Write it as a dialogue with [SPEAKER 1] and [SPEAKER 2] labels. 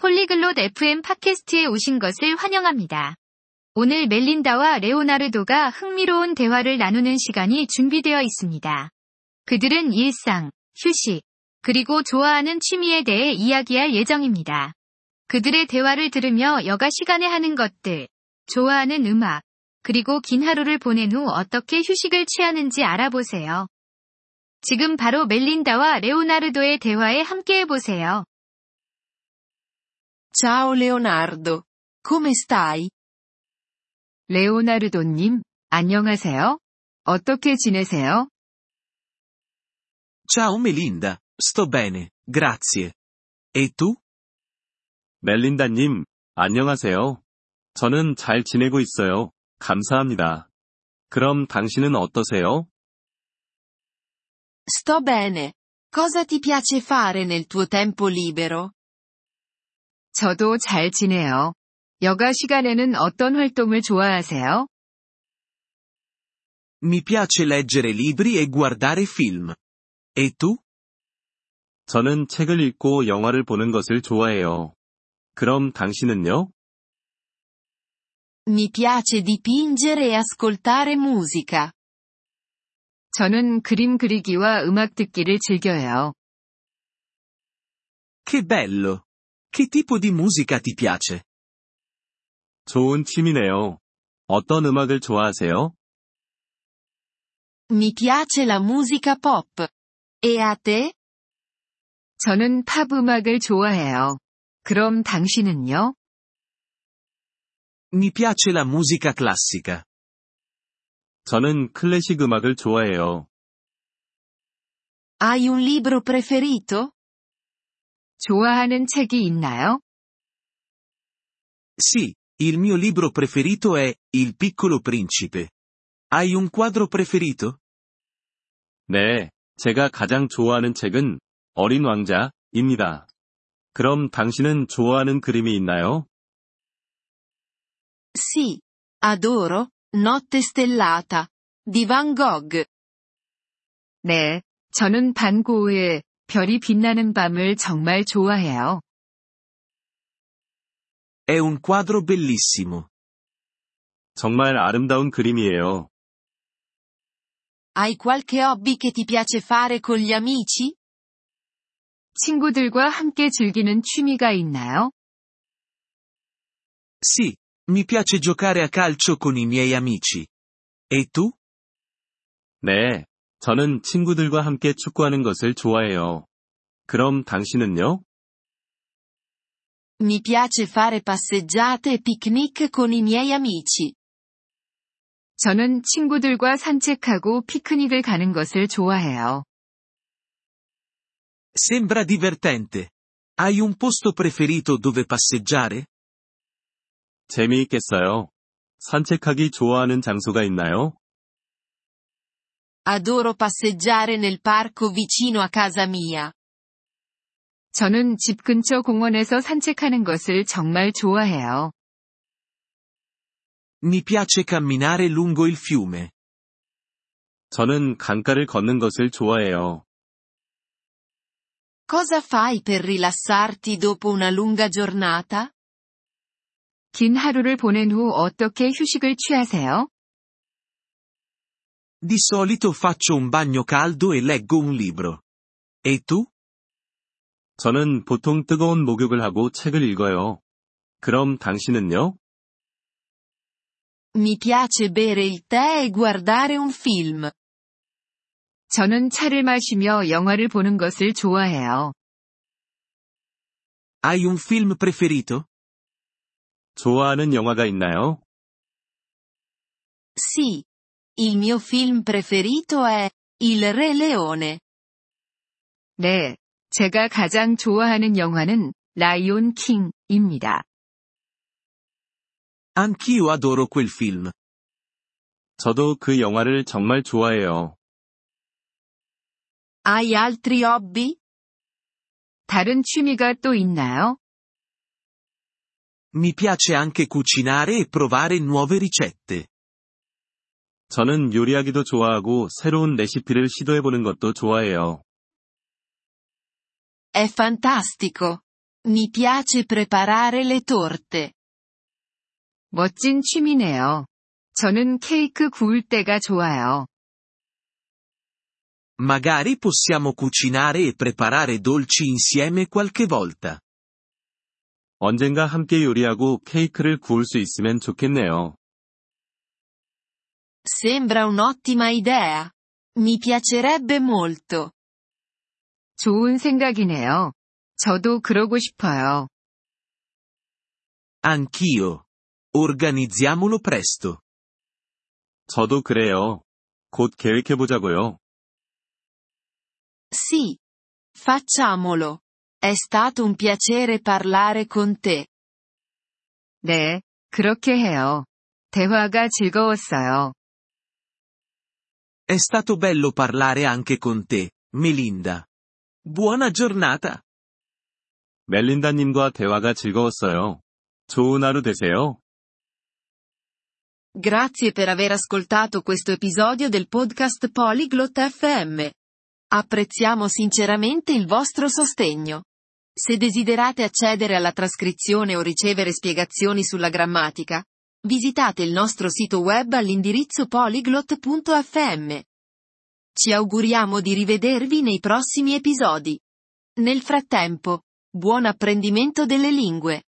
[SPEAKER 1] 폴리글롯 FM 팟캐스트에 오신 것을 환영합니다. 오늘 멜린다와 레오나르도가 흥미로운 대화를 나누는 시간이 준비되어 있습니다. 그들은 일상, 휴식, 그리고 좋아하는 취미에 대해 이야기할 예정입니다. 그들의 대화를 들으며 여가 시간에 하는 것들, 좋아하는 음악, 그리고 긴 하루를 보낸 후 어떻게 휴식을 취하는지 알아보세요. 지금 바로 멜린다와 레오나르도의 대화에 함께해 보세요.
[SPEAKER 2] Ciao Leonardo. Come stai?
[SPEAKER 1] 레오나르도님, 안녕하세요. 어떻게 지내세요?
[SPEAKER 3] Ciao Melinda, sto bene, grazie. E tu?
[SPEAKER 4] 멜린다님, 안녕하세요. 저는 잘 지내고 있어요. 감사합니다. 그럼 당신은 어떠세요?
[SPEAKER 2] Sto bene. Cosa ti piace fare nel tuo tempo libero?
[SPEAKER 1] 저도 잘 지내요. 여가 시간에는 어떤 활동을 좋아하세요?
[SPEAKER 3] Mi piace leggere libri e guardare film. E tu?
[SPEAKER 4] 저는 책을 읽고 영화를 보는 것을 좋아해요. 그럼 당신은요?
[SPEAKER 2] Mi piace dipingere e ascoltare musica.
[SPEAKER 1] 저는 그림 그리기와 음악 듣기를 즐겨요.
[SPEAKER 3] Che bello! Che tipo di musica ti piace?
[SPEAKER 4] 좋은 취미네요. 어떤 음악을 좋아하세요?
[SPEAKER 2] Mi piace la musica pop. E a te?
[SPEAKER 1] 저는 팝 음악을 좋아해요. 그럼 당신은요?
[SPEAKER 3] Mi piace la musica classica.
[SPEAKER 4] 저는 클래식 음악을 좋아해요.
[SPEAKER 2] Hai un libro preferito?
[SPEAKER 1] 좋아하는 책이 있나요?
[SPEAKER 3] Sì, il mio libro preferito è Il piccolo principe. Hai un quadro preferito?
[SPEAKER 4] 네, 제가 가장 좋아하는 책은 어린 왕자입니다. 그럼 당신은 좋아하는 그림이 있나요?
[SPEAKER 2] Sì. Adoro. Notte stellata. Di Van Gogh.
[SPEAKER 1] 네, 저는 반고흐의 별이 빛나는 밤을 정말 좋아해요.
[SPEAKER 3] È un quadro bellissimo.
[SPEAKER 4] 정말 아름다운 그림이에요.
[SPEAKER 2] Hai qualche hobby che ti piace fare con gli amici?
[SPEAKER 1] 친구들과 함께 즐기는 취미가 있나요?
[SPEAKER 3] Sì, mi piace giocare a calcio con i miei amici. E tu?
[SPEAKER 4] 네, 저는 친구들과 함께 축구하는 것을 좋아해요. 그럼 당신은요?
[SPEAKER 2] Mi piace fare passeggiate e picnic con i miei amici.
[SPEAKER 1] 저는 친구들과 산책하고 피크닉을 가는 것을 좋아해요.
[SPEAKER 3] Sembra divertente. Hai un posto preferito dove passeggiare?
[SPEAKER 4] 재미있겠어요. 산책하기 좋아하는 장소가 있나요?
[SPEAKER 2] Adoro passeggiare nel parco vicino a casa mia.
[SPEAKER 1] 저는 집 근처 공원에서 산책하는 것을 정말 좋아해요.
[SPEAKER 3] Mi piace camminare lungo il fiume.
[SPEAKER 4] 저는 강가를 걷는 것을 좋아해요.
[SPEAKER 2] Cosa fai per rilassarti dopo una lunga giornata?
[SPEAKER 1] 긴 하루를 보낸 후 어떻게 휴식을 취하세요?
[SPEAKER 3] Di solito faccio un bagno caldo e leggo un libro. E tu?
[SPEAKER 4] 저는 보통 뜨거운 목욕을 하고 책을 읽어요. 그럼 당신은요?
[SPEAKER 2] Mi piace bere il tè e guardare un film.
[SPEAKER 1] 저는 차를 마시며 영화를 보는 것을 좋아해요.
[SPEAKER 3] Hai un film preferito?
[SPEAKER 4] 좋아하는 영화가 있나요?
[SPEAKER 2] Sì. Il mio film preferito è Il Re Leone.
[SPEAKER 1] 네. 제가 가장 좋아하는 영화는 라이온 킹입니다.
[SPEAKER 3] Anch'io adoro quel film.
[SPEAKER 4] 저도 그 영화를 정말 좋아해요.
[SPEAKER 2] Hai altri hobby?
[SPEAKER 1] 다른 취미가 또 있나요?
[SPEAKER 3] Mi piace anche cucinare e provare nuove ricette.
[SPEAKER 4] 저는 요리하기도 좋아하고 새로운 레시피를 시도해보는 것도 좋아해요.
[SPEAKER 2] È fantastico.
[SPEAKER 1] Mi piace preparare le torte.
[SPEAKER 5] 멋진 취미네요. 저는 케이크 구울 때가 좋아요.
[SPEAKER 4] Magari possiamo cucinare e preparare dolci insieme qualche volta.
[SPEAKER 6] 언젠가 함께 요리하고 케이크를 구울 수 있으면 좋겠네요.
[SPEAKER 1] Sembra un'ottima idea. Mi piacerebbe molto.
[SPEAKER 5] 좋은 생각이네요. 저도 그러고 싶어요.
[SPEAKER 4] Anch'io. Organizziamolo presto.
[SPEAKER 6] 저도 그래요. 곧 계획해보자고요.
[SPEAKER 1] Sì. Facciamolo. È stato un piacere parlare con te.
[SPEAKER 5] 네, 그렇게 해요. 대화가 즐거웠어요.
[SPEAKER 4] È stato bello parlare anche con te, Melinda. Buona giornata.
[SPEAKER 6] 멜린다님과 대화가 즐거웠어요. 좋은 하루 되세요.
[SPEAKER 1] Grazie per aver ascoltato questo episodio del podcast Polyglot FM. Apprezziamo sinceramente il vostro sostegno. Se desiderate accedere alla trascrizione o ricevere spiegazioni sulla grammatica, visitate il nostro sito web all'indirizzo polyglot.fm. Ci auguriamo di rivedervi nei prossimi episodi. Nel frattempo, buon apprendimento delle lingue!